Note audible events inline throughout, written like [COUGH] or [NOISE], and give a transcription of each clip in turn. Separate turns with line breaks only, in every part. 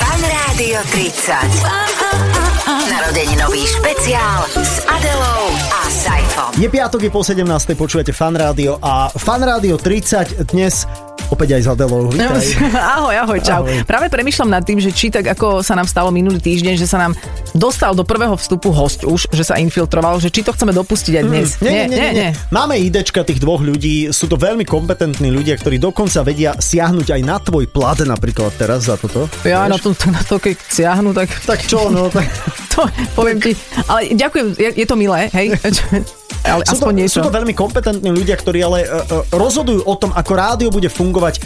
Rádio 30. Narodeninový špeciál s Adelou a Saifom.
Je piatok, je po 17. počujete Fan Rádio a Fan Rádio 30 dnes opäť aj za Delou. Vítaj.
[LAUGHS] Ahoj, ahoj, čau.
Ahoj.
Ahoj. Práve premyšľam nad tým, že či tak ako sa nám stalo minulý týždeň, že sa nám dostal do prvého vstupu host už, že sa infiltroval, že či to chceme dopustiť aj dnes.
Mhm. [LAUGHS] Nie, nie, nie, nie, nie. Máme idečka tých dvoch ľudí, sú to veľmi kompetentní ľudia, ktorí dokonca vedia siahnuť aj na tvoj plat napríklad teraz za toto.
Ja
Vieš?
na to, to, na to, keď siahnu, tak
Tak čo, no, tak...
[LAUGHS] to poviem ti. Ale ďakujem, je, je to milé,
[LAUGHS]
hej? Ale
Sú to,
aspoň niečo.
sú to veľmi kompetentní ľudia, ktorí ale e, e, rozhodujú o tom, ako rádio bude fungovať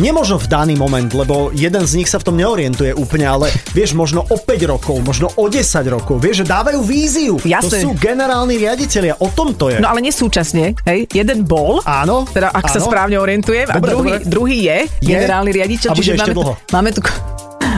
Nemožno v daný moment, lebo jeden z nich sa v tom neorientuje úplne, ale
[LAUGHS]
vieš, možno o 5 rokov, možno o 10 rokov, vieš, že dávajú víziu.
Jasné.
To sú generálni riaditeľia, o tom to je.
No ale nesúčasne, hej? Jeden bol.
Áno.
Teda ak áno. sa
áno.
správne orientujem.
Dobre,
a druhý,
dobre.
druhý je,
Je.
generálny riaditeľ.
A bude ešte
máme, tu-
dlho.
máme tu...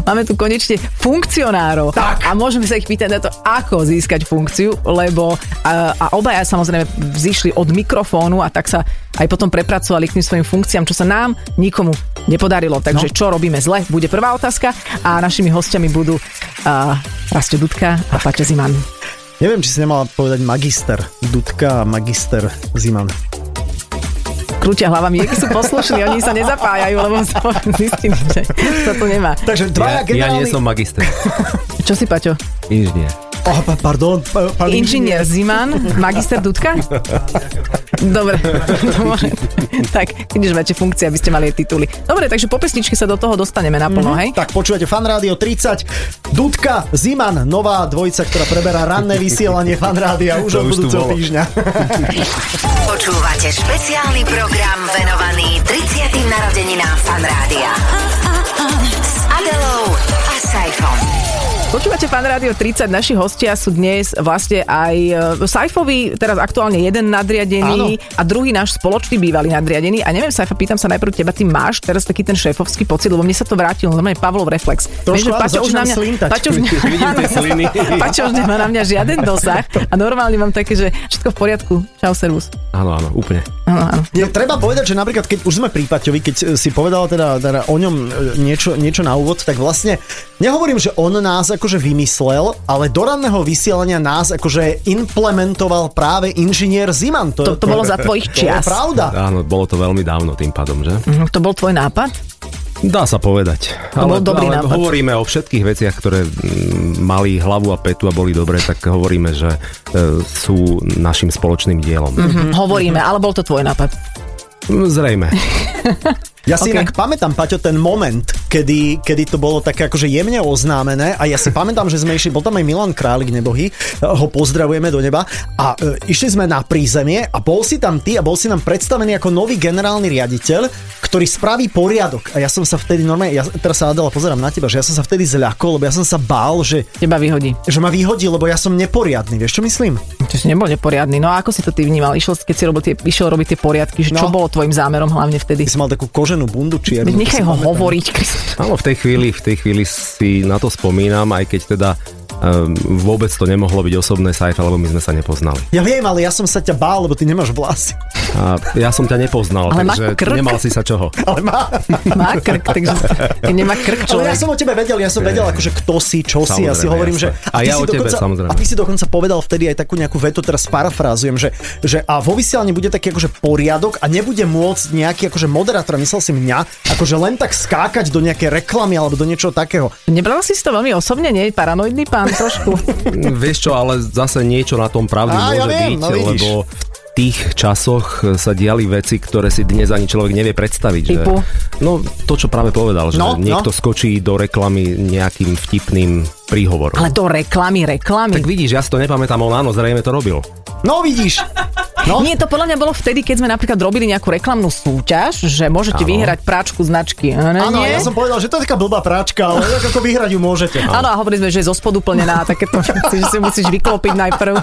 Máme tu konečne funkcionárov
Tak.
a môžeme sa ich pýtať na to, ako získať funkciu, lebo a, a obaja samozrejme zišli od mikrofónu a tak sa aj potom prepracovali k tým svojim funkciám, čo sa nám nikomu nepodarilo. Takže
No.
čo robíme zle, bude prvá otázka a našimi hostiami budú uh, Rasto Dudka a Paťo Ziman.
Neviem, či si nemala povedať magister. Dudka a magister Ziman.
krúťa hlavami. Jakí sú poslušní, oni sa nezapájajú, lebo [LAUGHS] zistili, že sa to nemá.
Takže dvaja
ja, ja nie
generálni...
som magister,
Čo si, Paťo? [LAUGHS]
inžinier.
Oh, pa- pardon, pa- pán
Inžinier Ziman, magister Dudka? Dobre, dobre. Tak, keď už máte funkcie, aby ste mali aj tituly. Dobre, takže po pesničke sa do toho dostaneme naplno, hej?
Mhm. Tak počúvate Fan Rádio 30. Dudka Ziman, nová dvojica, ktorá preberá ranné vysielanie Fan Rádia už od
To už tu
budúceho
bolo.
týždňa.
Počúvate špeciálny program venovaný 30. narodeninám Fan Rádia. S Adelou a Saifom.
Počúvate Fan Rádio 30, naši hostia sú dnes vlastne aj e, Saifovi, teraz aktuálne jeden nadriadený
Áno.
a druhý náš spoločný bývalý nadriadený. A neviem, Saifa, pýtam sa najprv teba, ty máš teraz taký ten šéfovský pocit, lebo mne sa to vrátilo, normálne Pavlov reflex.
Trošku áno,
Paťo
začínam slintať.
Paťo už,
[LAUGHS]
Vidím tie sliny.
Paťo už nemá na mňa žiaden dosah a normálne mám také, že všetko v poriadku. Čau, servus.
Áno, áno, úplne.
Áno, áno.
No, treba povedať, že napríklad, keď už sme pri Paťovi, keď e, si povedala teda, teda o ňom e, niečo, niečo na úvod, tak vlastne nehovorím, že on nás akože vymyslel, ale do ranného vysielania nás akože implementoval práve inžinier Ziman.
To, to bolo za tvojich
to je
čias.
pravda.
Áno, bolo to veľmi dávno tým pádom, že?
Mhm, To bol tvoj nápad?
Dá sa povedať.
To bol dobrý
ale
nápad.
hovoríme o všetkých veciach, ktoré mm, mali hlavu a petu a boli dobré, tak hovoríme, že e, sú našim spoločným dielom.
Hm,
Mm-hmm.
Hovoríme, ale bol to tvoj nápad.
Zrejme.
Ja si okay.
Ok.
inak pamätám, Paťo, ten moment, kedy, kedy to bolo také akože jemne oznámené a ja si pamätám, že sme išli, bol tam aj Milan Králik nebohy, ho pozdravujeme do neba a e, išli sme na prízemie a bol si tam ty a bol si nám predstavený ako nový generálny riaditeľ, ktorý spraví poriadok. A ja som sa vtedy normálne, ja teraz sa Adela pozerám na teba, že ja som sa vtedy zľakol, lebo ja som sa bál, že,
Teba vyhodí.
že ma vyhodí, lebo ja som neporiadny, vieš čo myslím?
Čo si nebol neporiadny. No a ako si to ty vnímal? Išiel, si- keď si robil tie, išiel robiť tie poriadky, že čo
No.
bolo tvojim zámerom hlavne vtedy?
Ty si mal takú koženú bundu čiernu.
Veď
to
nechaj
si
ho
pamätám.
hovoriť, Kristýna.
Áno, v tej chvíli, v tej chvíli si na to spomínam, aj keď teda um, vôbec to nemohlo byť osobné sajfa, lebo my sme sa nepoznali.
Ja viem, ale ja som sa ťa bál, lebo ty nemáš vlasy.
A ja som ťa nepoznal,
Ale má
takže
krk.
nemal si sa čoho.
Ale má.
[LAUGHS] Má krk, takže keď nemá
Ale
krk človek.
ja som o tebe vedel, ja som vedel, akože kto si, čo si, ja si
Samozrejme,
hovorím, že...
jasné. A
ty
ja
si
o tebe, samozrejme.
A ty si dokonca povedal vtedy aj takú nejakú vetu, teraz parafrázujem, že, že a vo vysielaní bude taký akože poriadok a nebude môcť nejaký akože moderátor, myslel si mňa, akože len tak skákať do nejakej reklamy alebo do niečoho takého.
Nebral si si to veľmi osobne, nie? Paranoidný pán trošku.
Vieš čo, ale zase niečo na tom pravdy
Á,
môže
ja viem,
byť,
no vidíš.
lebo v tých časoch sa diali veci, ktoré si dnes ani človek nevie predstaviť.
Typu?
Že, no to, čo práve povedal, že
No,
niekto
no.
skočí do reklamy nejakým vtipným
[LAUGHS]
príhovorom.
Ale to reklamy, reklamy.
Tak vidíš, ja si to nepamätám, on áno, zrejme to
[LAUGHS]
robil.
No vidíš, no,
Nie, to podľa mňa bolo vtedy, keď sme napríklad robili nejakú reklamnú súťaž, že môžete
Áno.
vyhrať práčku značky. Áno,
áno,
No nie?
ja som povedal, že to je taká blbá práčka, ale tak ako vyhrať ju
[LAUGHS]
môžete.
Áno, a hovorili sme, že je zo spodu plnená a takéto veci, že si musíš vyklopiť najprv.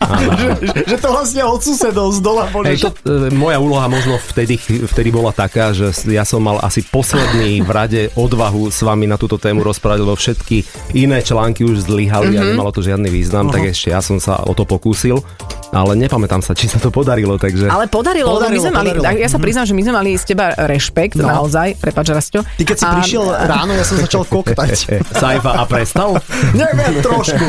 že, že to vlastne od susedov z dola boli.
Hej, to, e, moja úloha možno vtedy, vtedy bola taká, že s- ja som mal asi posledný v rade odvahu s vami na túto tému rozprávať, lebo všetky iné články už zlyhali mm-hmm. a nemalo to žiadny význam, uh-huh. tak ešte ja som sa o to pokúsil. ale nepamätám sa, či sa to podarilo, takže...
Ale podarilo, podarilo my
Podarilo,
sme mali,
podarilo.
tak ja sa priznám, že my sme mali z teba rešpekt, no.
No.
naozaj, prepáč Rasto.
Ty keď si prišiel ráno, ja som začal
[LAUGHS]
koktať.
Sajfa a prestal?
Neviem, trošku.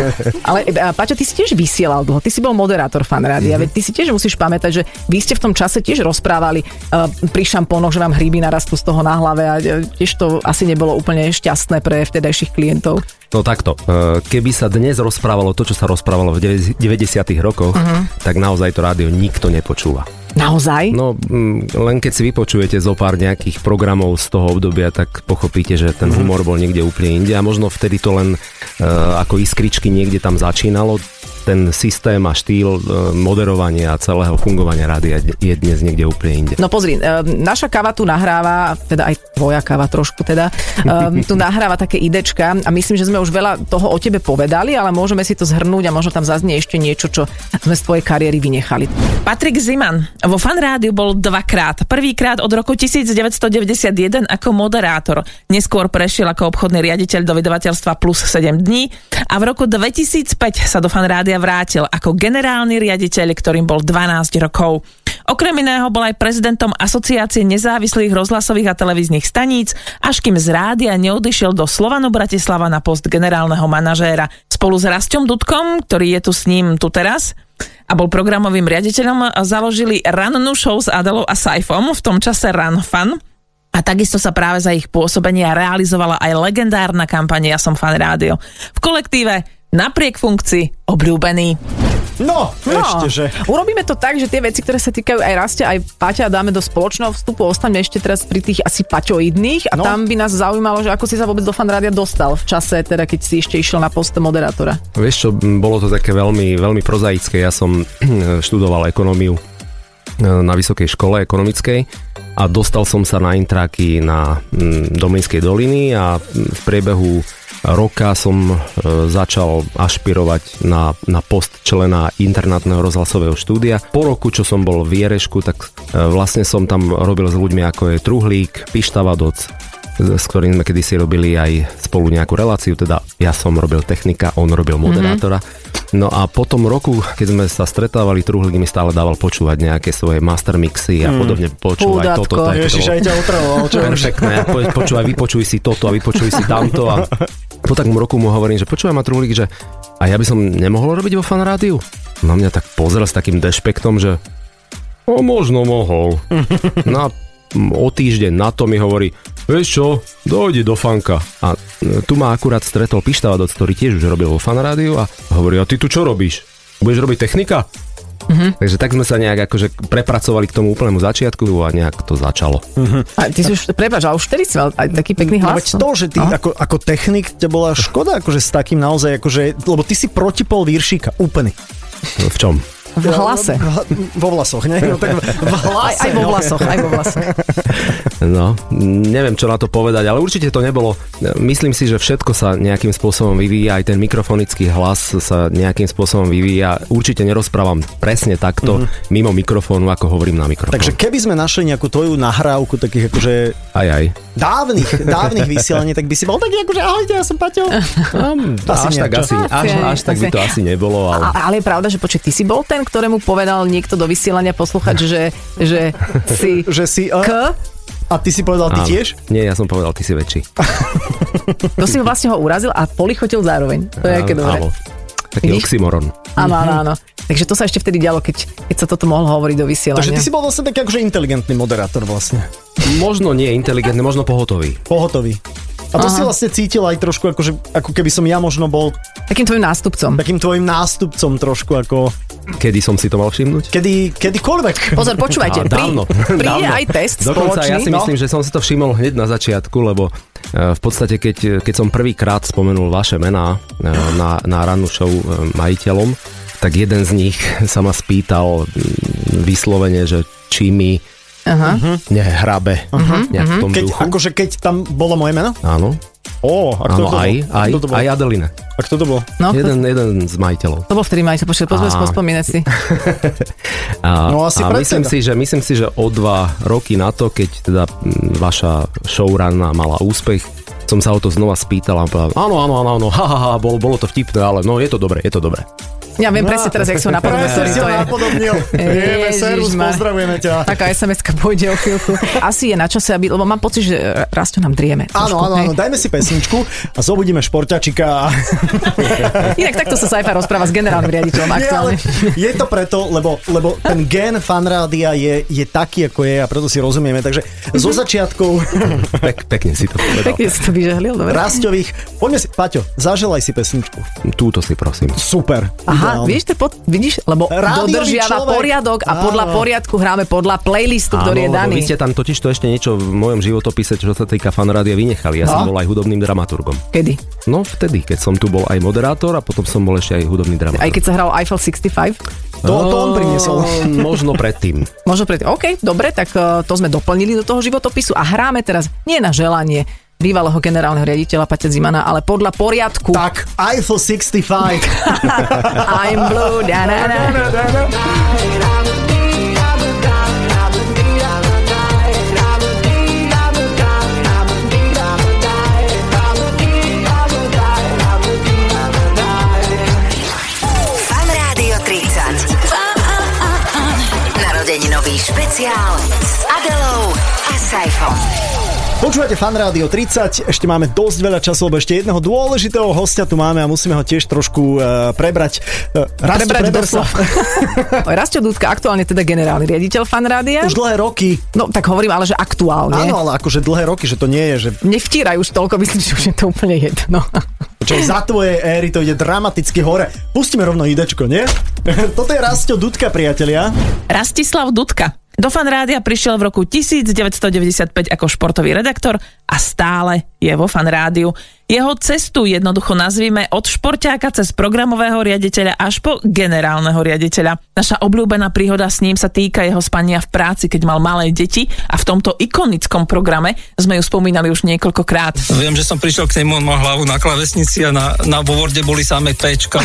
Ale e, a, Paťo, ty si tiež vysielal dlho, ty si bol moderátor fan rádia, mm-hmm. ty si tiež musíš pamätať, že vy ste v tom čase tiež rozprávali uh, pri šampónoch, že vám hríby narastú z toho na hlave a e, tiež to asi nebolo úplne šťastné pre vtedajších klientov.
No takto, e, keby sa dnes rozprávalo to, čo sa rozprávalo v devezi- 90. rokoch, uh-huh. tak naozaj to rádio nikto nepočúva.
Naozaj?
No, mm, len keď si vypočujete zo pár nejakých programov z toho obdobia, tak pochopíte, že ten humor bol niekde úplne inde a možno vtedy to len e, ako iskričky niekde tam začínalo. Ten systém a štýl e, moderovania a celého fungovania rádia d- je dnes niekde úplne inde.
No pozri, e, naša kava tu nahráva, teda aj tvoja kava trošku teda, e, tu nahráva také idečka a myslím, že sme už veľa toho o tebe povedali, ale môžeme si to zhrnúť a možno tam zaznie ešte niečo, čo sme z tvojej kariéry vynechali.
Patrik Ziman vo fan rádiu bol dvakrát. Prvýkrát od roku 1991 ako moderátor. Neskôr prešiel ako obchodný riaditeľ do vydavateľstva plus 7 dní a v roku 2005 sa do fan rádia vrátil ako generálny riaditeľ, ktorým bol 12 rokov. Okrem iného bol aj prezidentom Asociácie nezávislých rozhlasových a televíznych staníc, až kým z rádia neodišiel do Slovanu Bratislava na post generálneho manažéra. Spolu s Rastom Dudkom, ktorý je tu s ním tu teraz, a bol programovým riaditeľom, založili rannú show s Adelou a Saifom, v tom čase Run Fun. A takisto sa práve za ich pôsobenia realizovala aj legendárna kampaň Ja som fan rádio. V kolektíve napriek funkcii obľúbený.
No, no, ešte, že.
Urobíme to tak, že tie veci, ktoré sa týkajú aj rastia, aj Paťa dáme do spoločného vstupu. Ostaňme ešte teraz pri tých asi paťoidných a
No.
no. tam by nás zaujímalo, že ako si sa vôbec do fan rádia dostal v čase, teda keď si ešte išiel na post moderátora.
Vieš čo, m, bolo to také veľmi, veľmi prozaické. Ja som [CLEARS THROAT] študoval ekonómiu e, na vysokej škole ekonomickej a dostal som sa na intráky na mm, Domlinskej doliny a mm, v priebehu roka som e, začal ašpirovať na, na post člena internátneho rozhlasového štúdia. Po roku, čo som bol v Jerešku, tak e, vlastne som tam robil s ľuďmi ako je Truhlík, Pištavadoc, s ktorým sme kedysi robili aj spolu nejakú reláciu, teda ja som robil technika, on robil
Mhm.
moderátora. Mm-hmm. No a po tom roku, keď sme sa stretávali, Truhlík mi stále dával počúvať nejaké svoje mastermixy a podobne, počúvať
Chudátko.
toto, toto,
Mhm. Ježiš, aj ťa otravoval, čo už.
perfektné, po, počúvaj, vypočuj si toto a vypočuj si tamto a po takom roku mu hovorím, že počúvaj ma Truhlík, že a ja by som nemohol robiť vo fan rádiu? Na mňa tak pozrel s takým dešpektom, že o, možno mohol. No a m, o týždeň na to mi hovorí, vieš čo, dojde do fanka. A e, tu ma akurát stretol Pištavadoc, ktorý tiež už robil vo fan rádiu a hovorí, a ty tu čo robíš? Budeš robiť technika? Takže tak sme sa nejak akože prepracovali k tomu úplnému začiatku a nejak to začalo.
A ty si už, prepáč, ale už vtedy si mal aj taký pekný
No
hlas.
veď to, že ty
Aha.
ako, ako technik, te bola škoda, akože s takým naozaj, akože, lebo ty si protipol Víršika, úplný.
V čom?
V hlase.
Hla- Vo vlasoch, ne? No, tak v- v
Aj,
hlase.
aj vo
no.
vlasoch, aj vo vlasoch.
No, neviem, čo na to povedať, ale určite to nebolo. Myslím si, že všetko sa nejakým spôsobom vyvíja, aj ten mikrofonický hlas sa nejakým spôsobom vyvíja. Určite nerozprávam presne takto mm-hmm. mimo mikrofónu, ako hovorím na mikrofón.
Mhm. Takže keby sme našli nejakú tvoju nahrávku takých akože
Aj, aj.
dávnych, dávnych vysielaní, tak by si bol taký akože ahojte, ja som Paťo. Asi
až,
nie,
Hm, tak,
čo?
asi, až,
Asi,
až tak by
asi.
to asi nebolo, ale...
A, ale je pravda, že počkaj, ty si bol ten, ktorému povedal niekto do vysielania poslúchať, že, že si
Že si... A,
k,
a ty si povedal, ty
Áno.
tiež?
Nie, ja som povedal, ty si väčší.
to si vlastne ho urazil a polichotil zároveň. To je aké
Áno,
dobré.
áno. Mhm. Taký
Vidíš?
oxymoron.
Áno, áno, áno. Takže to sa ešte vtedy dialo, keď, keď sa toto mohlo hovoriť do vysielania.
Takže ty si bol vlastne taký akože inteligentný moderátor vlastne.
Možno nie inteligentný, možno pohotový.
Pohotový. A to Aha. si vlastne cítil aj trošku, akože, ako keby som ja možno bol
Takým tvojim nástupcom.
takým tvojim nástupcom trošku, ako
Kedy som si to mal všimnúť?
kedy, kedykoľvek.
Pozor, počúvajte,
Á, dávno,
prí, príde
dávno.
aj test
Dokonca
spoločný. No.
ja si myslím, že som si to všimol hneď na začiatku, lebo e, v podstate, keď, keď som prvýkrát spomenul vaše mená e, na, na rannú show e, majiteľom, tak jeden z nich [LAUGHS] sa ma spýtal mm, vyslovene, že či mi
Aha.
nehrabe. Nejak v tom
Mhm. Keď,
duchu.
akože keď tam bolo moje meno?
Áno,
Ó, a kto
áno
to bol?
aj, aj,
Kto to bol?
aj Adeline.
A kto to bol?
No,
jeden, jeden z majiteľov.
to bol vtedy majiteľ, počkaj, poďme
Á.
pospomínať si.
A,
No, asi
a myslím,
predseda.
si, že, myslím si, že o dva roky na to, keď teda mm, vaša showrunna mala úspech, som sa o to znova spýtal a povedal, áno, áno, áno, áno, ha, ha, ha, bolo, bolo to vtipné, ale no je to dobre, je to dobre.
Ja viem presne teraz, jak som napodobnil.
Presne si ho
[LAUGHS]
napodobnil. Vieme,
Ježiš,
servus,
Mar-
pozdravujeme ťa.
Taká sms pôjde o chvíľku. Asi je na čase, aby, lebo mám pocit, že Rasto nám drieme.
Áno,
trošku,
áno,
hej.
áno, dajme si pesničku a zobudíme športačika.
Inak takto sa Saifa rozpráva s generálnym riaditeľom
Nie,
aktuálne.
ale je to preto, lebo, lebo ten gen fanrádia je, je taký, ako je a preto si rozumieme. Takže zo
Mhm.
začiatkov
Pek, pekne si to povedal.
Pekne si to vyžehlil, dobre.
rastových... Poďme si, Paťo, zaželaj si pesničku.
Túto si prosím.
Super.
Aha, vieš, to pod, vidíš, lebo
Rádiový
dodržiava
človek.
poriadok a podľa
Áno.
poriadku hráme podľa playlistu, ktorý je
lebo
daný.
vy ste tam totiž to ešte niečo v mojom životopise, čo sa týka fanrádia, vynechali. Ja som bol aj hudobným dramaturgom.
Kedy?
No vtedy, keď som tu bol aj moderátor a potom som bol ešte aj hudobný dramaturg.
Aj keď sa hral Eiffel 65?
To, to on priniesol.
Možno predtým.
Možno pred... OK, dobre, tak eh, to sme doplnili do toho životopisu a hráme teraz nie na želanie bývalého generálneho riaditeľa Paťa Zimana, ale podľa poriadku.
Tak, iPhone 65.
I'm blue, da, da, da.
Fan Rádio 30. Narodeninový špeciál s Adelou a Saifom.
Počúvate Fan Rádio 30, ešte máme dosť veľa času, lebo ešte jedného dôležitého hostia tu máme a musíme ho tiež trošku uh, prebrať. Uh, raz
Prebrať
preber sa.
doslova. Rastio Dudka, aktuálne teda generálny riaditeľ fanrádia.
Už dlhé roky.
No tak hovorím, ale že aktuálne.
Áno, ale akože dlhé roky, že to nie je, že
Nevtíraj už toľko, myslím, že už je to úplne jedno.
Čo za tvojej éry to ide dramaticky hore. Pustíme rovno idečko, nie? [LAUGHS] Toto je Rastio Dudka, priatelia.
Rastislav Dudka. Do fanrádia prišiel v roku 1995 ako športový redaktor a stále je vo fanrádiu. Jeho cestu jednoducho nazvíme od športiáka cez programového riaditeľa až po generálneho riaditeľa. Naša obľúbená príhoda s ním sa týka jeho spania v práci, keď mal malé deti a v tomto ikonickom programe sme ju spomínali už niekoľkokrát.
Viem, že som prišiel k nemu, on mal hlavu na klavesnici a na, na bovorde boli samé péčka.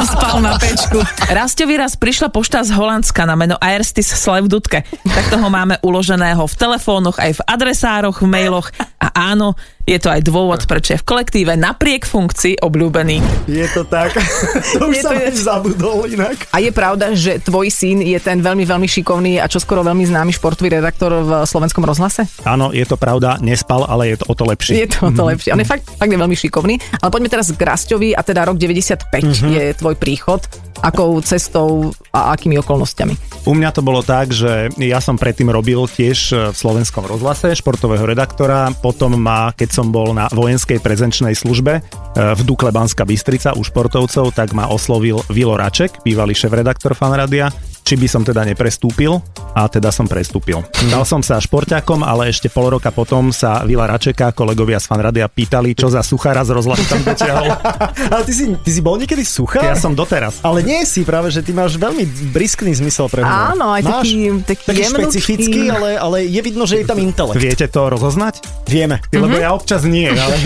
[LAUGHS]
Spal na pečku.
Rastovi raz prišla pošta z Holandska na meno Aerstis Slev Dudke. Takto ho máme uloženého v telefónoch, aj v adresároch, v mailoch. A áno, je to aj dôvod, prečo je v kolektíve napriek funkcii obľúbený.
Je to tak. [LAUGHS] to už
Je
som
to
hneď zabudol inak.
A je pravda, že tvoj syn je ten veľmi, veľmi šikovný a čoskoro veľmi známy športový redaktor v slovenskom rozhlase?
Áno, je to pravda, nespal, ale je to o to lepšie.
Je to o
Mhm.
to lepšie. On je fakt, fakt je veľmi šikovný. Ale poďme teraz k Rastovi a teda rok 95
Mhm.
je tvoj príchod. Akou cestou a akými okolnostiami?
U mňa to bolo tak, že ja som predtým robil tiež e, v slovenskom rozhlase športového redaktora, potom ma, keď som bol na vojenskej prezenčnej službe e, v Dukle Banská Bystrica u športovcov, tak ma oslovil Vilo Raček, bývalý šéf-redaktor fanradia, či by som teda neprestúpil a teda som prestúpil. Dal som sa šporťakom, ale ešte pol roka potom sa Vila Račeka a kolegovia z fanradia pýtali, čo za suchára z rozhlasu tam dotiahol.
[LAUGHS] Ale ty si, ty si bol niekedy suchá?
Ja som doteraz.
Ale nie si práve, že ty máš veľmi briskný zmysel pre humor.
Áno, aj
máš,
taký- taký jemnúčký.
špecifický, ale, ale je vidno, že je tam intelekt.
Viete to rozoznať?
Vieme.
Lebo
Mhm.
ja občas nie, ale...
[LAUGHS]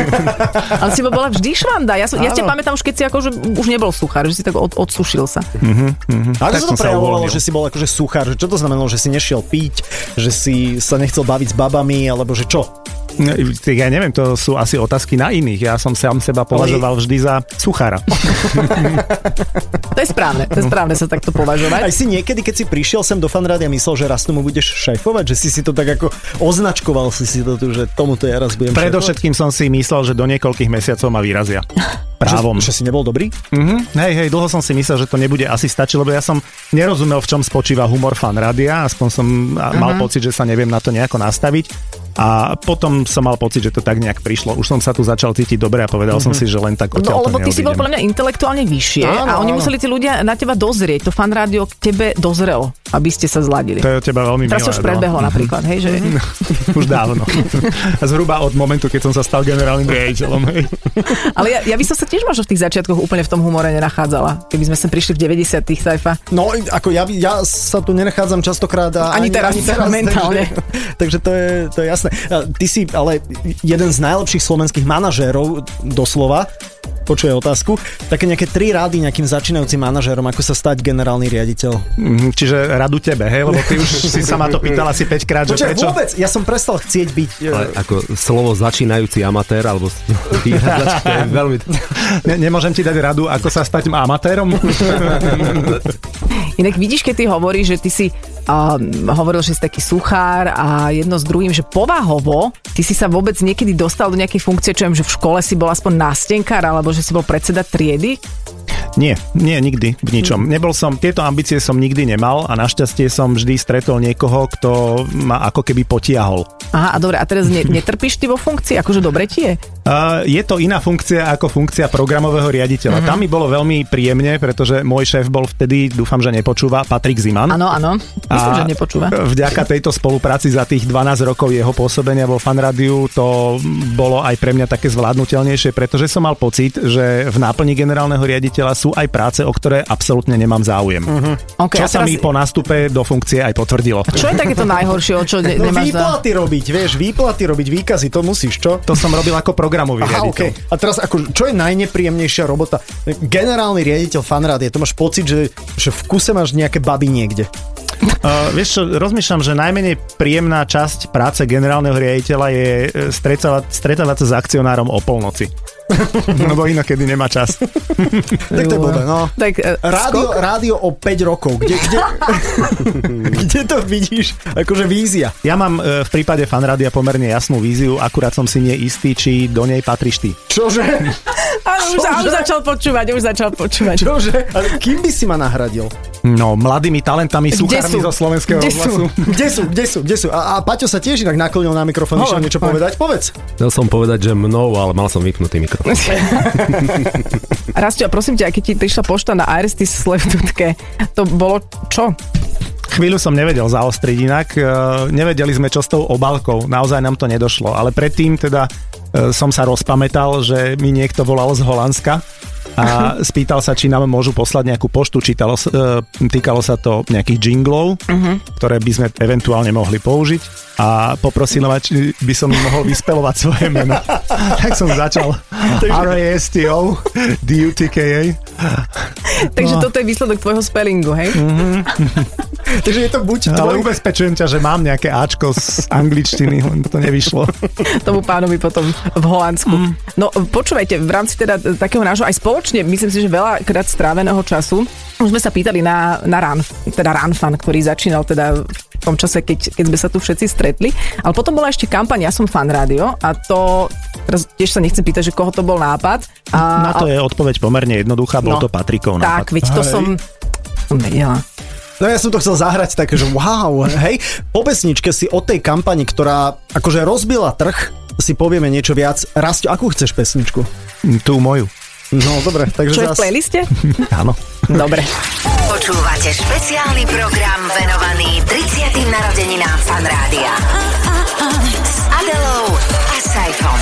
Ale si bola vždy švanda. Ja, som, ja ťa
Áno.
pamätám už keď si akože už nebol suchár, že si tak od, odsušil sa.
Hm. A ako
Tak
sa
som
to
sa
prejavovalo,
uvoľnil.
že si bol akože suchár? Že Čo to znamenalo, že si nešiel piť? Že si sa nechcel baviť s babami? Alebo že čo?
No, tak Ja neviem, to sú asi otázky na iných. Ja som sám seba považoval vždy za
[LAUGHS]
suchára.
To je správne, to je správne sa takto
Aj
považovať.
si niekedy, keď si prišiel sem do fanrádia, myslel, že raz tomu budeš šéfovať? Že si si to tak ako označkoval si si to tu, že tomuto ja raz budem šéfovať?
Predovšetkým som si myslel, že do niekoľkých mesiacov ma vyrazia.
[LAUGHS]
Právom.
Že, že si nebol dobrý?
Mhm. Hej, hej, dlho som si myslel, že to nebude asi stačiť, lebo ja som nerozumel, v čom spočíva humor fan rádia, aspoň som a-
Mhm.
mal pocit, že sa neviem na to nejako nastaviť. A potom som mal pocit, že to tak nejak prišlo. Už som sa tu začal cítiť dobre a povedal som si, že len tak odtiaľ
No, lebo
to
ty si
neodídem.
bol podľa mňa intelektuálne vyššie
Áno,
a oni
áno.
museli tí ľudia na teba dozrieť. To fan rádio k tebe dozrelo, aby ste sa zladili.
To je od teba veľmi milé, no.
Teraz už
no.
Adela.
predbehlo
Mhm.
napríklad, hej, že
Už dávno. Zhruba od momentu, keď som sa stal generálnym riaditeľom. hej.
Ale ja, ja by som sa tiež možno v tých začiatkoch úplne v tom humore nenachádzala, keby sme sem prišli v 90 sajfa.
No, ako ja, ja sa tu nenachádzam častokrát.
No,
A [LAUGHS]
Ani teraz, momentálne.
Takže, takže to, je, to je jasné. A Ty si ale jeden z najlepších slovenských manažérov, doslova. počuje otázku. Také nejaké tri rady nejakým začínajúcim manažérom, ako sa stať generálny riaditeľ.
Mhm, Čiže radu tebe, hej, lebo ty už si sa ma to pýtala asi 5 krát, že
Počkaj,
prečo?
vôbec, ja som prestal chcieť byť... e,
Ale ako slovo začínajúci amatér, alebo vyhľadač, to je veľmi...
Ne, nemôžem ti dať radu, ako sa stať
[LAUGHS]
amatérom?
Inak vidíš, keď ty hovoríš, že ty si a hovoril, že si taký suchár a jedno s druhým, že povahovo ty si sa vôbec niekedy dostal do nejakej funkcie, čo viem, že v škole si bol aspoň nástenkár alebo že si bol predseda triedy.
Nie, nie, nikdy v ničom. Nebol som, tieto ambície som nikdy nemal a našťastie som vždy stretol niekoho, kto ma ako keby potiahol.
Aha, a dobre, a teraz ne, netrpíš ty vo funkcii? Akože dobre ti je?
Uh, je to iná funkcia ako funkcia programového riaditeľa.
Mhm.
Mm-hmm. Tam mi bolo veľmi príjemne, pretože môj šéf bol vtedy, dúfam, že nepočúva, Patrik Ziman.
Áno, áno. Myslím, že nepočúva.
Vďaka tejto spolupráci za tých 12 rokov jeho pôsobenia vo fanrádiu to bolo aj pre mňa také zvládnutelnejšie, pretože som mal pocit, že v náplni generálneho riaditeľa sú aj práce, o ktoré absolútne nemám záujem. Uh-huh. Čo
Okay, Mhm. a
sa
teraz-
mi po nástupe do funkcie aj potvrdilo.
Čo je takéto najhoršie, o čo ne,
No
nemáš za...
výplaty robiť, vieš, výplaty robiť, výkazy, to musíš, čo?
To som robil ako programový
Aha,
riaditeľ.
okay. A teraz, ako, čo je najnepríjemnejšia robota? Generálny riaditeľ fanrádia, to máš pocit, že, že v kuse máš nejaké baby niekde.
Uh, vieš čo, rozmýšľam, že najmenej príjemná časť práce generálneho riaditeľa je e, stretávať, stretávať sa s akcionárom o polnoci. [LAUGHS] Lebo inokedy nemá čas.
Tak to je blbé, no.
Tak, e,
Rádio, rádio o 5 rokov, kde, kde, kde to vidíš? Akože vízia.
Ja mám e, v prípade fanrádia pomerne jasnú víziu, akurát som si nie istý, či do nej patríš ty.
Čože?
Áno, už, a už
Čože?
začal počúvať, už začal počúvať.
Čože? Ale kým by si ma nahradil?
No, mladými talentami,
Kde
suchármi
sú?
zo slovenského
Kde
rozhlasu.
Kde sú? Kde sú? Kde sú? A, a Paťo sa tiež inak naklonil na mikrofón,
Hovor,
išiel niečo
hovor.
povedať? Povedz.
Chcel som povedať, že mnou, ale mal som vypnutý mikrofón.
Rastio, a prosím ťa, keď ti prišla pošta na ARS, ty si v tutke, to bolo čo?
Chvíľu som nevedel zaostriť inak. E, nevedeli sme, čo s tou obálkou. Naozaj nám to nedošlo. Ale predtým teda e, som sa rozpamätal, že mi niekto volal z Holandska a spýtal sa, či nám môžu poslať nejakú poštu. Čítalo, s- e, týkalo sa to nejakých jinglov, uh-huh. ktoré by sme eventuálne mohli použiť a poprosil ma, či by som im mohol vyspelovať svoje meno. tak som začal. R-A-S-T-O, D-U-T-K-A. No.
Takže toto je výsledok tvojho spellingu, hej?
Mm.
Takže je to buď
Ale
tvoj...
ubezpečujem ťa, že mám nejaké Ačko z angličtiny, len to nevyšlo.
Tomu pánovi potom v Holandsku.
Mm.
No počúvajte, v rámci teda e, takého nášho aj spoločne, myslím si, že veľakrát stráveného času, už sme sa pýtali na, na Ran, teda Ranfan, ktorý začínal teda v tom čase, keď, keď sme sa tu všetci stretli. Ale potom bola ešte kampaň Ja som fan rádio a to, teraz tiež sa nechcem pýtať, že koho to bol nápad. A,
Na to
a,
je odpoveď pomerne jednoduchá, bol to
No.
Patrikov
tak,
nápad.
veď to som... som vedela.
No ja som to chcel zahrať také, že wow, hej. Po pesničke si o tej kampani, ktorá akože rozbila trh, si povieme niečo viac. Rastio, akú chceš pesničku?
Tú moju.
No dobre, takže
Čo je v
zas-
playliste?
Áno.
Dobre.
Počúvate špeciálny program venovaný 30. narodeninám Fanrádia. S Adelou a Saifom.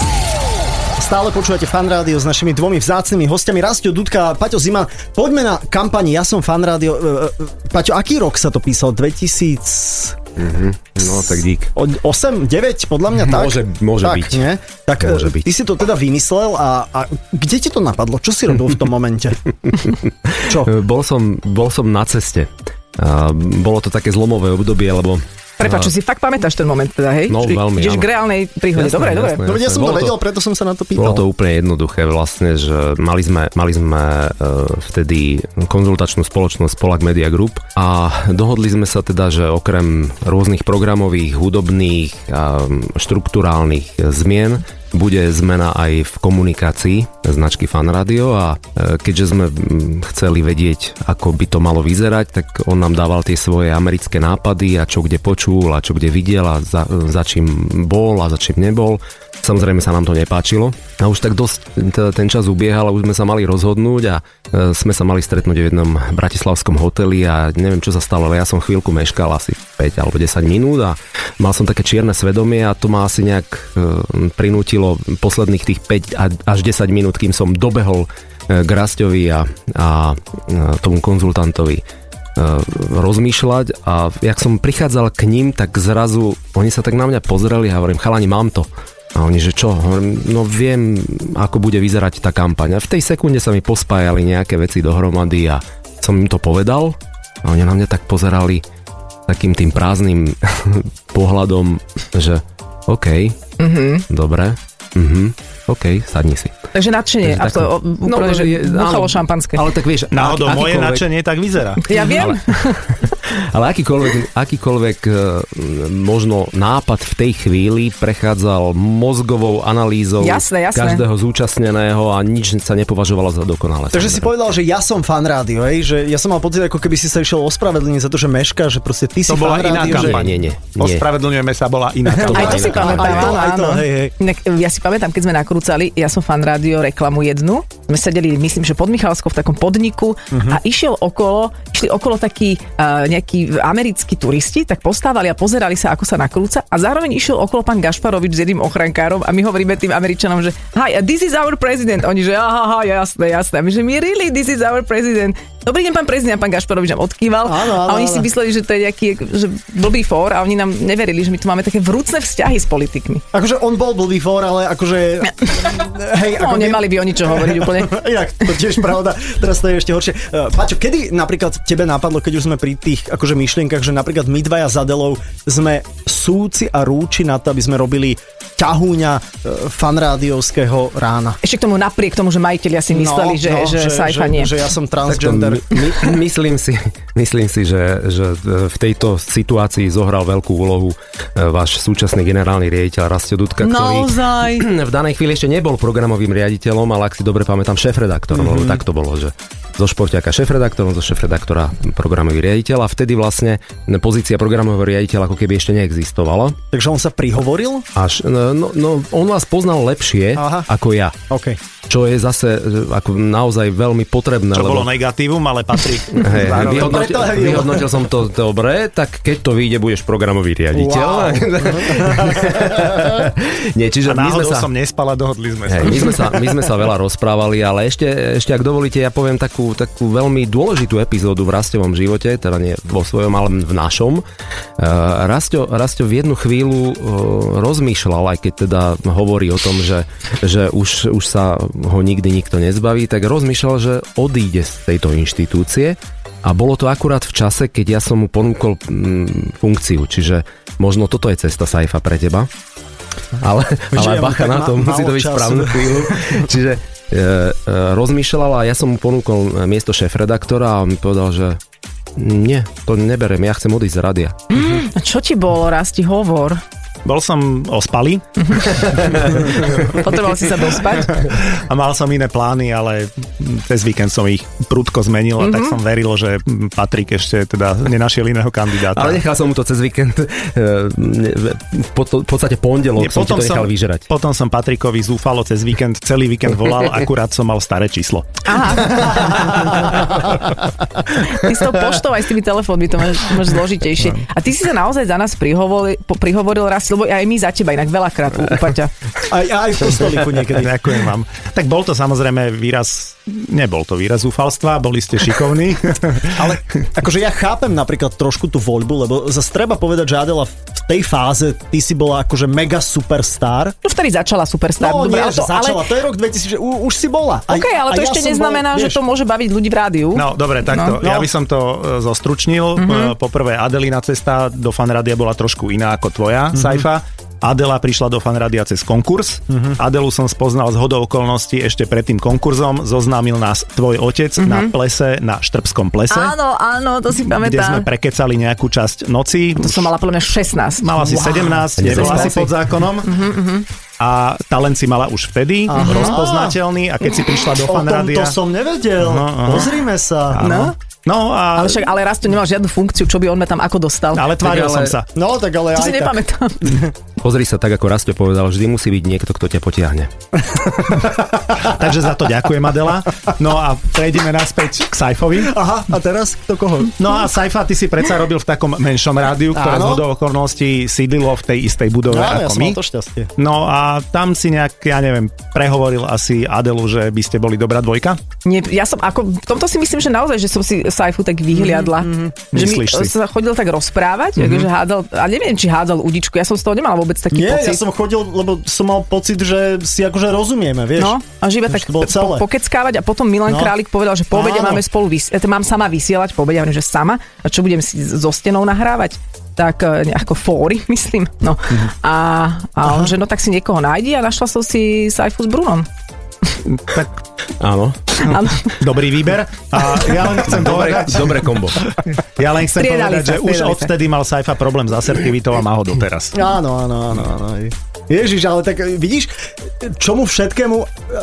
Stále počúvate fan rádio s našimi dvomi vzácnymi hostiami Rastio Dudka a Paťo Zima. Poďme na kampani Ja som fan rádio. E, e, Paťo, aký rok sa to písal? 2000...
No, tak dík.
O- 8, 9, podľa mňa tak.
Môže- môže
tak,
byť.
Nie? Tak
Môže
e,
byť.
ty si to teda vymyslel a, a kde ti to napadlo? Čo si robil v tom
[LAUGHS]
momente? Čo?
E, Bol som, bol som na ceste. A bolo to také zlomové obdobie, lebo...
Prepač, čo si fakt pamätáš ten moment teda, hej?
No,
Či-
veľmi,
Ideš
áno.
k reálnej príhode.
Jasné,
dobre, dobre.
jasné.
No veď ja som to
Bolo to-
vedel, preto som sa na to pýtal.
Bolo to úplne jednoduché vlastne, že mali sme, mali sme e, vtedy konzultačnú spoločnosť Polak Media Group a dohodli sme sa teda, že okrem rôznych programových, hudobných, a štruktúrálnych zmien bude zmena aj v komunikácii značky Fan Radio a e, keďže sme mm, chceli vedieť, ako by to malo vyzerať, tak on nám dával tie svoje americké nápady a čo kde počul a čo kde videl a za, za čím bol a za čím nebol. Samozrejme sa nám to nepáčilo a už tak dosť t- ten čas ubiehal a už sme sa mali rozhodnúť a e, sme sa mali stretnúť v jednom bratislavskom hoteli a neviem čo sa stalo, ale ja som chvíľku meškal asi 5 alebo 10 minút a mal som také čierne svedomie a to ma asi nejak e, prinútilo posledných tých 5 a- až 10 minút, kým som dobehol e, k Rastovi a, a e, tomu konzultantovi e, rozmýšľať a jak som prichádzal k ním, tak zrazu oni sa tak na mňa pozreli a hovorím, chalani, mám to. A oni, že čo? Hovorím, no viem, ako bude vyzerať tá kampaň. A v tej sekunde sa mi pospájali nejaké veci dohromady a som im to povedal a oni na mňa tak pozerali takým tým prázdnym [LAUGHS] pohľadom, že OK, mm-hmm. dobre, mm-hmm, OK, sadni si.
Takže nadšenie.
Takže
Takže
takto.
no, úplne, že
je-
buchalo
áno,
šampanské.
Ale tak vieš,
Náhodou
ak-
moje
akýkoľvek-
nadšenie tak vyzerá.
ja [LAUGHS] viem.
Ale akýkoľvek, akýkoľvek eh, možno nápad v tej chvíli prechádzal mozgovou analýzou
Jasné, jasné.
každého zúčastneného a nič sa nepovažovalo za dokonalé.
Takže si
Samozrejme.
povedal, že ja som fan rádio, hej? že ja som mal pocit, ako keby si sa išiel ospravedlniť za to, že meška, že proste ty si
To bola
fan
iná
rádio,
kampaň.
že...
Nie, nie, nie.
Ospravedlňujeme sa, bola iná
Aj
To bola
to
iná
si
kampaň.
pamätám,
Aj to, aj to,
áno.
hej, hej.
Inak, e, Ja si pamätám, keď sme nakrúcali, ja som fan rádio reklamu jednu, sme sedeli, myslím, že pod Michalskou v takom podniku
Mhm.
a išiel okolo, išli okolo takí uh, nejakí americkí turisti, tak postávali a pozerali sa, ako sa nakrúca a zároveň išiel okolo pán Gašparovič s jedným ochrankárom a my hovoríme tým Američanom, že hi, uh, this is our president. Oni, že aha, aha, jasné, jasné. A my, že my really, this is our president. Dobrý deň, pán prezident, a pán Gašparovič nám odkýval
Áno,
a
áno,
oni si
áno.
mysleli, že to je nejaký že blbý fór a oni nám neverili, že my tu máme také vrúcne vzťahy s politikmi.
Akože on bol blbý for, ale
[LAUGHS]
akože... Hej,
No,
my-
nemali by o ničom hovoriť úplne.
[LAUGHS] Inak, to tiež pravda, teraz to je ešte horšie. Eh, Paťo, kedy napríklad tebe napadlo, keď už sme pri tých akože myšlienkach, že napríklad my dvaja za Delou sme súci a rúči na to, aby sme robili ťahúňa eh, fanrádiovského rána.
Ešte k tomu napriek tomu, že majiteľia si mysleli, že, že, sajfa nie.
No, Že ja som
Takto,
transgender.
my, my- myslím si, myslím si že, že e, v tejto situácii zohral veľkú úlohu e, váš súčasný generálny riaditeľ Rastio Dudka, ktorý
Naozaj.
[CLEARS THROAT] v danej chvíli ešte nebol programovým riaditeľom, ale ak si dobre pamätám, šéf-redaktorom, mm-hmm. lebo tak to bolo, že zo športiaka šéf-redaktorom, zo šéf-redaktora programový riaditeľ a vtedy vlastne pozícia programového riaditeľa ako keby ešte neexistovala.
Takže on sa prihovoril?
Až, no, no, on vás poznal lepšie
Aha.
Aha. ako ja,
OK.
čo je zase e, ako naozaj veľmi potrebné.
Čo
lebo...
bolo negatívum, ale patrí.
Hej,
zároveň.
vyhodnotil,
Preto aj ju.
vyhodnotil som to dobre, tak keď to vyjde, budeš programový riaditeľ. [LAUGHS]
Wow.
Nie, čiže
A
my sme
náhodou
sa...
som nespala, dohodli sme sa.
Hej, my, sme sa, my sme sa veľa rozprávali, ale ešte, ešte ak dovolíte, ja poviem takú, takú veľmi dôležitú epizódu v Rastovom živote, teda nie vo svojom, ale v našom. Uh, Rasto, Rasto v jednu chvíľu uh, rozmýšľal, aj keď teda hovorí o tom, že, že už, už sa ho nikdy nikto nezbaví, tak rozmýšľal, že odíde z tejto inštitúcie a bolo to akurát v čase, keď ja som mu ponúkol mm, funkciu, čiže možno toto je cesta Saifa pre teba. Ale,
Že
ale
ja mám
bacha
tak
na
ma-
to, musí to
málo
byť
času.
správnu
[LAUGHS]
chvíľu. Čiže e, e, rozmýšľal a ja som mu ponúkol e, miesto šéf-redaktora a on mi povedal, že nie, to neberem, ja chcem odísť z rádia.
A čo ti bolo, Rasti, hovor?
Bol som ospalý
Potreboval si sa
[LAUGHS]
dospať?
a mal som iné plány, ale cez víkend som ich prudko zmenil a
Mhm.
tak som veril, že Patrik ešte teda nenašiel iného kandidáta.
Ale nechal som mu to cez víkend, e, ne- v- v pod- v podstate pondelok som ti to nechal vyžerať.
potom som Patrikovi zúfalo cez víkend, celý víkend volal,
[LAUGHS]
akurát som mal staré číslo.
Aha. Ty s tou poštou aj s tými telefónmi to máš, máš
No.
zložitejšie. A ty si sa naozaj za nás prihovoril, po- prihovoril Rasti, lebo aj my za teba inak veľakrát u, u Paťa.
Aj, aj
[LAUGHS]
v postoliku niekedy.
Ďakujem vám. Tak bol to samozrejme výraz, nebol to výraz zúfalstva, boli ste
[LAUGHS]
šikovní.
Ale akože ja chápem napríklad trošku tú voľbu, lebo zase treba povedať, že Adela v tej fáze ty si bola akože mega superstar.
No vtedy začala Superstar.
No
dobre,
nie,
ale
že
to, ale,
začala, to je rok 2000, že u, už si bola. A-
OK, ale
a
to
ja
ešte
som
neznamená,
bol,
že
vieš,
to môže baviť ľudí v rádiu.
No dobre, takto.
No. Mhm.
No, Ja by som to e, zostručnil. Mm-hmm. Poprvé, Adelina cesta do fanradia bola trošku iná ako
Mhm.
tvoja, mm-hmm. Saifa. Adela prišla do fanradia cez konkurs.
Mhm.
Mm-hmm. Adelu som spoznal z hodou okolností ešte pred tým konkurzom. Zoznámil nás tvoj otec
Mhm.
mm-hmm. na plese, na Štrbskom plese,
Áno, áno, to si
kde sme
pamätám.
prekecali nejakú časť noci.
To som mala podľa mňa 16.
Mala si
Wow.
17, nebola si pod zákonom.
Mhm,
A talent si mala už vtedy, rozpoznateľný. A keď si prišla do
O tom
fanradia...
to som nevedel.
No, aha.
Pozrime sa.
Áno. No a...
Ale však, ale raz to nemal žiadnu funkciu, čo by on ma tam ako dostal.
Ale tváril
ale-
som sa.
No tak ale
to
aj
si
tak.
nepamätám.
Pozri sa, tak ako Rasto povedal, vždy musí byť niekto, kto ťa potiahne.
Takže za to ďakujem, Adela. No a prejdeme naspäť k Saifovi.
Aha, a teraz to koho?
No a Saifa, ty si predsa robil v takom menšom rádiu, ktoré z
Áno.
hodou okolností sídlilo v tej istej budove
No,
ako
ja som
my.
mal to šťastie.
No a tam si nejak, ja neviem, prehovoril asi Adelu, že by ste boli dobrá dvojka.
Nie, ja som ako, v tomto si myslím, že naozaj, že som si sajfu tak vyhliadla.
Mhm,
Mm-hmm. Že mi
Myslíš si?
sa chodil tak rozprávať, mm-hmm. že hádzal, a neviem, či hádzal udičku, ja som z toho nemala vôbec taký
Nie,
pocit.
ja som chodil, lebo som mal pocit, že si akože rozumieme, vieš.
No, a že iba
Už
tak
to bolo
po,
celé.
pokeckávať a potom Milan
No.
no. Králik povedal, že po obede
Áno.
máme spolu, vys- e, t- mám sama vysielať, po obede, ja hovorím, že sama, a čo budem si so stenou nahrávať? tak e, ako fóry, [LAUGHS] myslím. No. A, a on, že no tak si niekoho nájdi a našla som si Saifu s Brunom.
Tak
Áno.
Áno.
dobrý výber. A ja len chcem
Dobre,
povedať,
dobré kombo.
ja len chcem
Striedali
povedať
sa,
že už
striedali sa.
odtedy mal Saifa problém s asertivitou a má ho doteraz.
Áno, áno, áno, áno. Ježiš, ale tak e, vidíš, čomu všetkému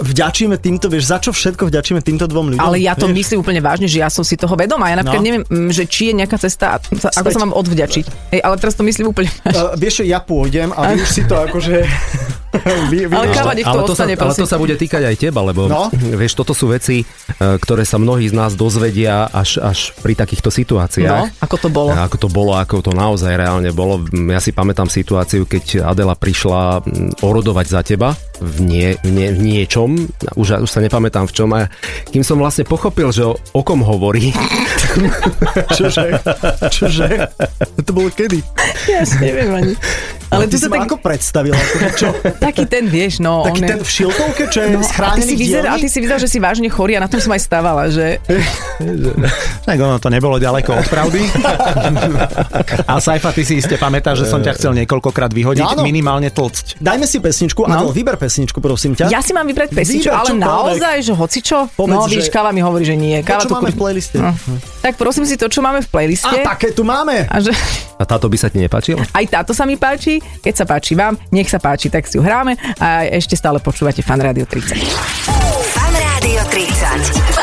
vďačíme týmto, vieš, za čo všetko vďačíme týmto dvom ľuďom?
Ale ja to
vieš?
myslím úplne vážne, že ja som si toho vedomá. Ja napríklad
No.
no. neviem, mm, že či je nejaká cesta, sa- ako
Späť.
sa mám odvďačiť. Hej, ale teraz to myslím úplne vážne.
E, vieš, čo, ja pôjdem a vy už si to
[LAUGHS]
akože... vy, vy
Ale
už to-
káva, nech to
ale, to sa,
ostane,
ale to
prosím.
sa bude týkať aj teba, lebo
No.
no? vieš, toto sú veci, e, ktoré sa mnohí z nás dozvedia až, až pri takýchto situáciách.
No, ako to bolo.
A Ako to bolo, ako to naozaj reálne bolo. Mm, Ja si pamätám situáciu, keď Adela prišla mm, orodovať za teba v, nie, v, nie, v niečom, už, už sa nepamätám v čom, a kým som vlastne pochopil, že o, o kom hovorí,
[LAUGHS] Čože? Čože? To bolo kedy?
Ja si neviem ani. Ale
ty
tu
si
sa No.
ma
tak,
ako predstavila? Akože čo?
[LAUGHS] taký ten, vieš, no.
Taký
on je-
ten v šiltovke, čo je no,
a ty,
schránený
si vyzeral, a ty si vyzeral, že si vážne chorý a na tom som aj stávala, že
Tak ono to nebolo ďaleko od
[LAUGHS]
pravdy. A Saifa, ty si iste pamätáš, že som ťa chcel niekoľkokrát vyhodiť,
Áno.
minimálne tlcť.
Dajme si pesničku, no. Adel, vyber pesničku, prosím ťa.
ja si mám vybrať pesničku,
Vyber
ale
čokoľvek.
naozaj, že hocičo?
Povedz,
no
že-
víš, káva mi hovorí, že nie.
To,
Káva
čo
to
máme v
kur...
playliste.
Tak prosím si to, čo máme v
A
playliste.
také tu máme.
a že...
a táto by sa ti nepáčila?
Aj táto sa mi páči, keď sa páči vám, nech sa páči, tak si ju hráme a ešte stále počúvate Fan Radio 30.
Fan Rádio 30.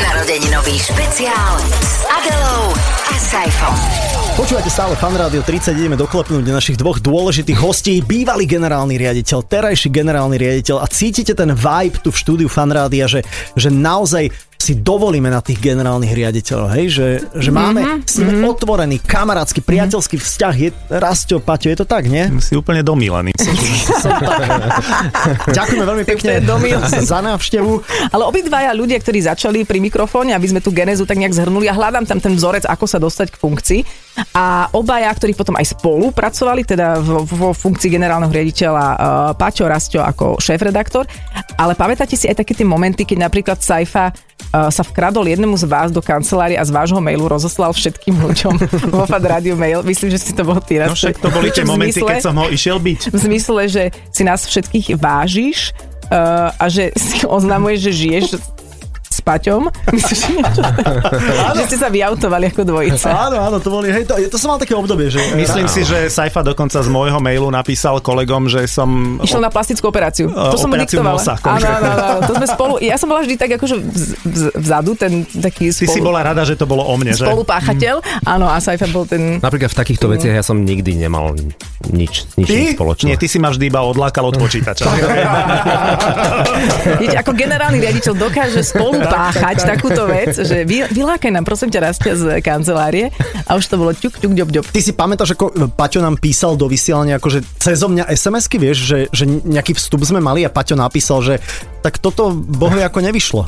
Narodeninový špeciál s Adelou a Saifom.
Počúvate stále Fan Rádio 30, ideme doklepnúť našich dvoch dôležitých hostí, bývalý generálny riaditeľ, terajší generálny riaditeľ a cítite ten vibe tu v štúdiu Fan Rádia, že, že naozaj si dovolíme na tých generálnych riaditeľov, hej? Že, že máme mm-hmm, s nimi mm-hmm. otvorený kamarátsky, priateľský vzťah. Je, Rastio, Paťo, je to tak, nie?
Si úplne
[LAUGHS]
domílený.
Ďakujeme veľmi pekne za návštevu.
Ale obidvaja ľudia, ktorí začali pri mikrofóne, aby sme tú genézu tak nejak zhrnuli, ja hľadám tam ten vzorec, ako sa dostať k funkcii. A obaja, ktorí potom aj spolu pracovali, teda vo, vo funkcii generálneho riaditeľa uh, Paťo Rastio ako šéf-redaktor, ale pamätáte si aj také tie momenty, keď napríklad Saifa uh, sa vkradol jednému z vás do kancelárie a z vášho mailu rozoslal všetkým ľuďom [LAUGHS] vo Fad Radio Mail. Myslím, že si to bol ty.
No
Rastio.
však to boli tie
V
momenty,
zmysle-
keď som ho išiel byť.
v zmysle, že si nás všetkých vážiš uh, a že si oznamuješ, že žiješ s Paťom. Myslím, že, niečo také. že ste sa vyautovali ako dvojica.
Áno, áno, to boli, hej, to, to som mal také obdobie, že...
Myslím si, že Saifa dokonca z môjho mailu napísal kolegom, že som...
Išiel na plastickú
Eh,
operáciu. To som mu
operáciu
diktovala.
nosa,
áno,
konkrétne.
áno, áno, to sme spolu, ja som bola vždy tak akože vz, vz, vzadu, ten taký
Ty si
spolu,
bola rada, že to bolo o mne, že?
spolupáchateľ. Áno, a Saifa bol ten...
Napríklad v takýchto veciach ja som nikdy nemal nič, nič
Mhm. Ty?
spoločné.
Nie, ty si ma vždy iba odlákal od počítača.
Viete, ako generálny riaditeľ dokáže spolupáchať takúto vec, že vy, vylákaj nám, prosím ťa, rastia z kancelárie a už to bolo ťuk, ťuk, ďob, ďob.
Ty si pamätáš, ako Paťo nám písal do vysielania, akože cezo mňa SMS-ky, vieš, že, že nejaký vstup sme mali a Paťo napísal, že tak toto bohu ako nevyšlo.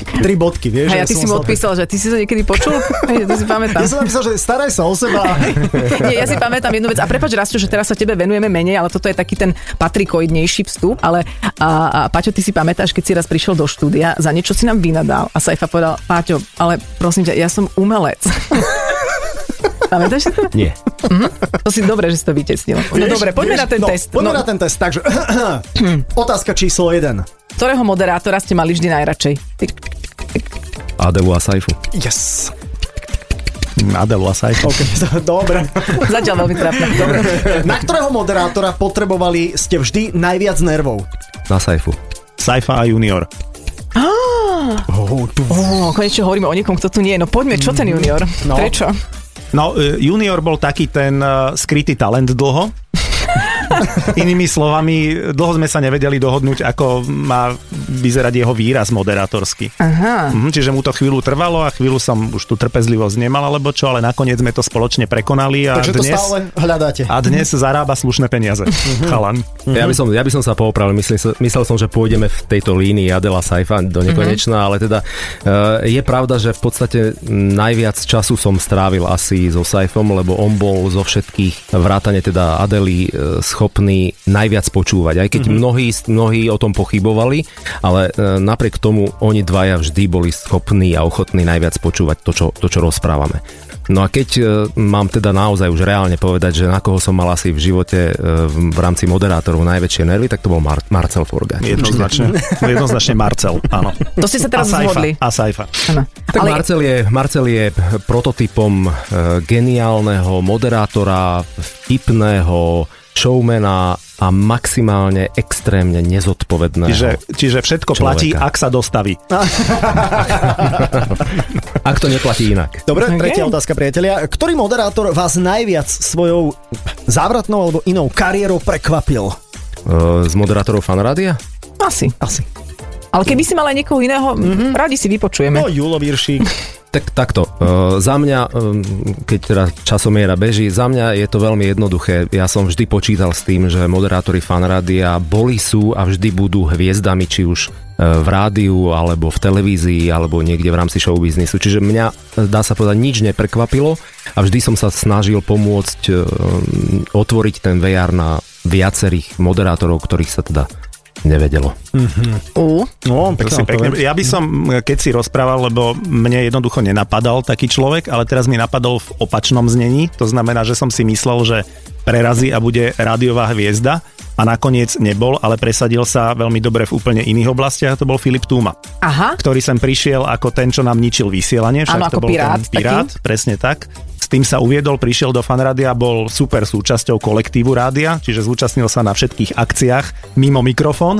Tri bodky, vieš.
A ja ty
som
si mu
musel-
odpísal, že ty si to niekedy počul? [LAUGHS] Hej, to si pamätám.
Ja som napísal, že staraj sa o seba.
[LAUGHS] Nie, ja si pamätám jednu vec. A prepač, Rasto, že teraz sa tebe venujeme menej, ale toto je taký ten patrikoidnejší vstup. Ale a, a Paťo, ty si pamätáš, keď si raz prišiel do štúdia, za niečo si nám vynadal. A Saifa povedal, Paťo, ale prosím ťa, ja som umelec. [LAUGHS] Pamätáš si to? Mhm.
Nie.
To si dobre, že si to vytesnil. No
Vieš,
dobre, poďme
vieš,
na ten
no,
test.
Poďme
No,
na ten test, takže [CLEARS THROAT] otázka číslo 1.
Ktorého moderátora ste mali vždy najradšej? Ty- [LAUGHS]
Adelu a Saifu.
Yes.
Adelu a Saifa.
OK, [LAUGHS] dobre.
Zatiaľ veľmi trápne.
No. Na ktorého moderátora potrebovali ste vždy najviac nervov?
Na Saifu.
Saifa a junior.
Oh, tu...
Ó, konečne hovoríme o niekom, kto tu nie je. No poďme, čo ten junior?
No.
Prečo?
No, e, junior bol taký ten e, skrytý talent dlho. Inými slovami, dlho sme sa nevedeli dohodnúť, ako má vyzerať jeho výraz moderátorský.
Aha.
Mhm, čiže mu to chvíľu trvalo a chvíľu som už tú trpezlivosť nemal, alebo čo, ale nakoniec sme to spoločne prekonali a
Takže to
dnes...
stále Mhm. hľadáte.
A dnes zarába slušné peniaze. Chalan.
Ja
Mhm.
by som, ja by som sa poopravil, myslel, som- myslel som, že pôjdeme v tejto línii Adela Saifa
Mhm.
do nekonečna, mm-hmm. ale teda e, je pravda, že v podstate najviac času som strávil asi so Saifom, lebo on bol zo všetkých vrátane teda Adely e, schopný najviac počúvať, aj keď
Mhm.
mm-hmm. mnohí, mnohí o tom pochybovali, ale e, napriek tomu oni dvaja vždy boli schopní a ochotní najviac počúvať to, čo, to, čo rozprávame. No a keď e, mám teda naozaj už reálne povedať, že na koho som mal asi v živote e, v v rámci moderátorov najväčšie nervy, tak to bol Mar- Marcel Forga.
Jednoznačne. Jednoznačne Marcel, áno.
To ste sa teraz
a Saifa,
zhodli.
A Saifa.
Áno.
Tak ale... Marcel, je, Marcel je prototypom e, geniálneho moderátora, vtipného showmana a maximálne extrémne nezodpovedného.
Čiže, čiže všetko
Človeka.
platí, ak sa dostaví.
Ak to neplatí inak. E,
Dobre,
Okay.
okay. tretia otázka, priatelia. Ktorý moderátor vás najviac svojou závratnou alebo inou kariérou prekvapil?
E, Z moderátorov fanrádia?
Asi.
Asi.
Ale keby si mala niekoho iného, mm-hmm. radi si vypočujeme.
No, Julo Viršík.
Tak takto, e, za mňa, e, keď teda časomiera beží, za mňa je to veľmi jednoduché. Ja som vždy počítal s tým, že moderátori fanrádia boli, sú a vždy budú hviezdami, či už e, v rádiu, alebo v televízii, alebo niekde v rámci showbiznisu. Čiže mňa, e, dá sa povedať, nič neprekvapilo a vždy som sa snažil pomôcť e, otvoriť ten VR na viacerých moderátorov, ktorých sa teda nevedelo.
U.
No,
To si pekne. Ja by som, eh, keď si rozprával, lebo mne jednoducho nenapadal taký človek, ale teraz mi napadol v opačnom znení. To znamená, že som si myslel, že prerazí a bude rádiová hviezda a nakoniec nebol, ale presadil sa veľmi dobre v úplne iných oblastiach. To bol Filip Túma,
Aha.
ktorý sem prišiel ako ten, čo nám ničil vysielanie. Však
Áno,
to
ako
bol
pirát
ten pirát, presne tak. S tým sa uviedol, prišiel do fanrádia, bol super súčasťou kolektívu rádia, čiže zúčastnil sa na všetkých akciách mimo mikrofón,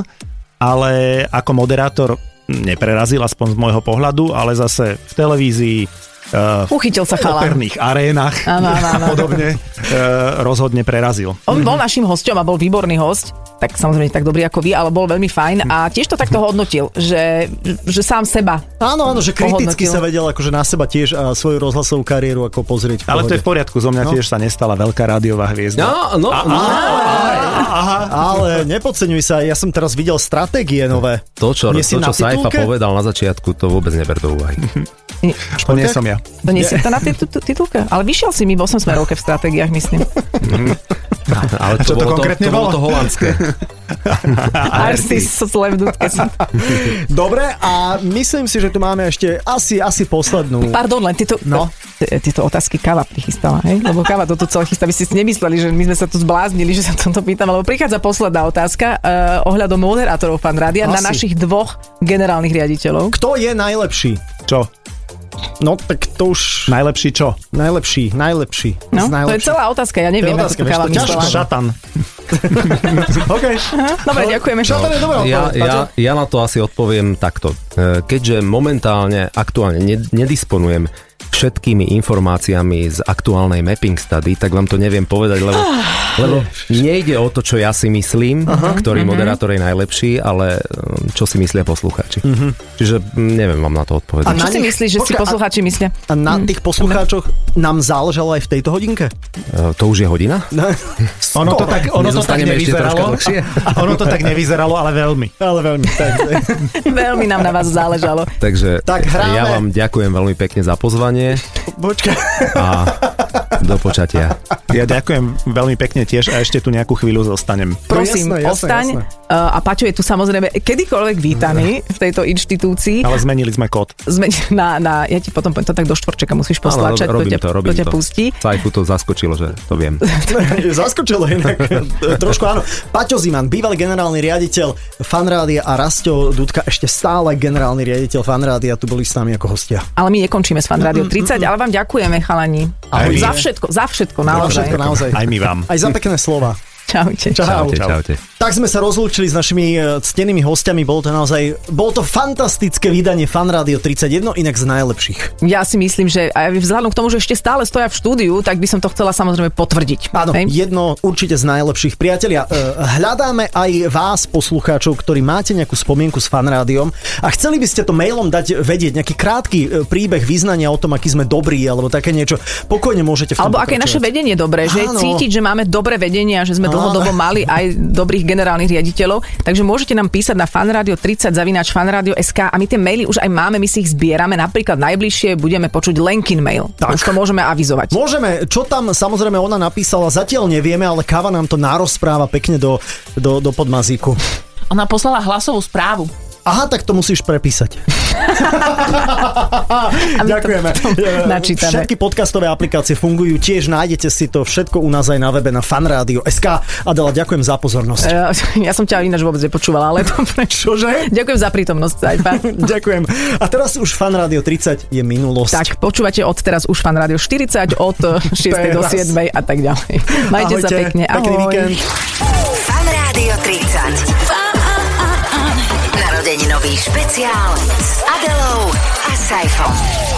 ale ako moderátor neprerazil, aspoň z môjho pohľadu, ale zase v televízii, eh, v
Uchytil sa chala.
operných arénach
Áno, áno,
[LAUGHS] a
áno.
podobne eh, rozhodne prerazil.
On bol našim hosťom a bol výborný host, tak samozrejme nie tak dobrý ako vy, ale bol veľmi fajn a tiež to takto hodnotil, že, že sám seba.
Áno, áno, že kriticky
Ohodnotil.
sa vedel akože na seba tiež a svoju rozhlasovú kariéru ako pozrieť.
Ale to je v poriadku, zo mňa
No.
tiež sa nestala veľká rádiová hviezda.
no,
Ale nepodceňuj sa, ja som teraz videl stratégie nové.
To, čo,
Nie si
to,
na
čo Saifa
titulke?
povedal na začiatku, to vôbec neber do úvahy.
Až to nie som ja.
To nie si to na tej tu- tu- titulke, ale vyšiel si mi v 8 smerovke v stratégiách, myslím.
[LAUGHS] Ale
No, čo to
bolo
konkrétne
to, to, bolo
bolo?
to
[LAUGHS]
[LAUGHS]
holandské.
Až si sa zle v dudke som.
Dobre, a myslím si, že tu máme ešte asi, asi poslednú.
Pardon, len tieto, no. tieto otázky káva prichystala, hej? Lebo káva toto celé chystá. Vy ste si nemysleli, že my sme sa tu zbláznili, že sa toto pýtam, lebo prichádza posledná otázka uh, ohľadom moderátorov fan rádia na
Asi.
našich dvoch generálnych riaditeľov.
Kto je najlepší?
Čo?
No tak to už...
Najlepší čo?
Najlepší, najlepší.
No, to
z
je
najlepších.
celá otázka, ja neviem, ako
To je otázka,
to
vieš,
káva
to ťažko.
myslela.
Šatan.
[LAUGHS] OK.
Dobre, ďakujeme.
Čo No, to je dobré?
ja,
odpoveď,
ja,
Paťo?
ja na to asi odpoviem takto. E, Keďže momentálne, aktuálne ne- nedisponujem všetkými informáciami z aktuálnej mapping study, tak vám to neviem povedať, lebo,
[SIGHS]
lebo nejde o to, čo ja si myslím,
Mhm.
ktorý moderátor je najlepší, ale um, čo si myslia poslucháči.
Mhm.
Čiže mm, neviem vám na to
A
odpovedať.
Čo
na
si
nich-
myslíš, že si
Počkaj, a-
poslucháči myslia?
A na
Mhm.
tých poslucháčoch nám záležalo aj v tejto hodinke?
E, To už je hodina?
Ono to
Skoro.
tak, ono to tak
Nezostaneme ešte troška
nevyzeralo. [LAUGHS]
dlhšie?
[LAUGHS] Ono to tak nevyzeralo, ale veľmi.
[LAUGHS] Ale veľmi. Tak,
Veľmi nám na vás záležalo.
Takže
Tak hráme.
ja vám ďakujem veľmi pekne za pozvanie
počkaj.
a do počatia.
Ja ďakujem veľmi pekne tiež a ešte tu nejakú chvíľu zostanem.
Prosím,
No jasné, jasné,
ostaň.
jasné.
Uh, A Paťo je tu samozrejme kedykoľvek vítaný v tejto inštitúcii.
Ale zmenili sme kód.
zmeniť [LAUGHS] na, na, ja ti potom poviem, to tak do štvorčeka musíš
Áno,
postlačať, to
robím
ťa,
to, robím
to ťa
to.
pustí.
Sajku to zaskočilo, že to viem.
[LAUGHS] Zaskočilo inak. Trošku áno. Paťo Ziman, bývalý generálny riaditeľ fanrádia a Rasto Dudka, ešte stále generálny riaditeľ fanrádia, tu boli s nami ako hostia.
Ale my nekončíme s Fan Rádio 30, ale vám ďakujeme, chalani.
Aj my.
mm. Za všetko, za všetko,
Za
naozaj.
všetko naozaj.
Aj my vám.
Aj za pekné slova.
Čaute.
Čau.
Čaute, čaute.
Tak sme sa rozlúčili s našimi e, ctenými hostiami, bolo to naozaj, bolo to fantastické vydanie Fan Radio 31, inak z najlepších.
Ja si myslím, že aj vzhľadom k tomu, že ešte stále stoja v štúdiu, tak by som to chcela samozrejme potvrdiť.
Áno,
Hej?
jedno určite z najlepších. Priatelia, e, hľadáme aj vás, poslucháčov, ktorí máte nejakú spomienku s fanrádiom a chceli by ste to mailom dať vedieť, nejaký krátky e, príbeh vyznania o tom, aký sme dobrí, alebo také niečo. Pokojne môžete v tom
Alebo aké je naše
pokračovať.
vedenie dobré, že
Áno.
Áno. cítiť, že máme dobré vedenie a že sme
Áno.
dlhodobo mali aj dobrých generálnych riaditeľov. Takže môžete nám písať na fanradio 30 zavináč fanradio.sk a my tie maily už aj máme, my si ich zbierame. Napríklad najbližšie budeme počuť Lenkin mail. Tak.
Tak.
Už to môžeme avizovať.
Môžeme, čo tam samozrejme ona napísala, zatiaľ nevieme, ale káva nám to narozpráva pekne do, do, do podmazíku.
Ona poslala hlasovú správu.
Aha, tak to musíš
[LAUGHS]
prepísať. [LAUGHS]
A my to
Ďakujeme.
potom [LAUGHS] načítame.
Všetky podcastové aplikácie fungujú, tiež nájdete si to všetko u nás aj na webe na fanradio.sk. Adela, ďakujem za
[LAUGHS]
pozornosť.
Eh, Ja som ťa ináč vôbec nepočúvala, ale dobre.
[LAUGHS] Čože?
Ďakujem za prítomnosť,
[LAUGHS]
Zajpa.
Ďakujem. A teraz už Fan Radio 30 je minulosť.
Tak, počúvate od teraz už Fan Rádio 40, od
[LAUGHS]
eh, 6. do 7.
Teraz.
a tak ďalej. Majte
Ahojte,
sa pekne. Ahoj.
Pekný víkend.
Fan Rádio 30. Narodeninový špeciál s Adelou a Saifom.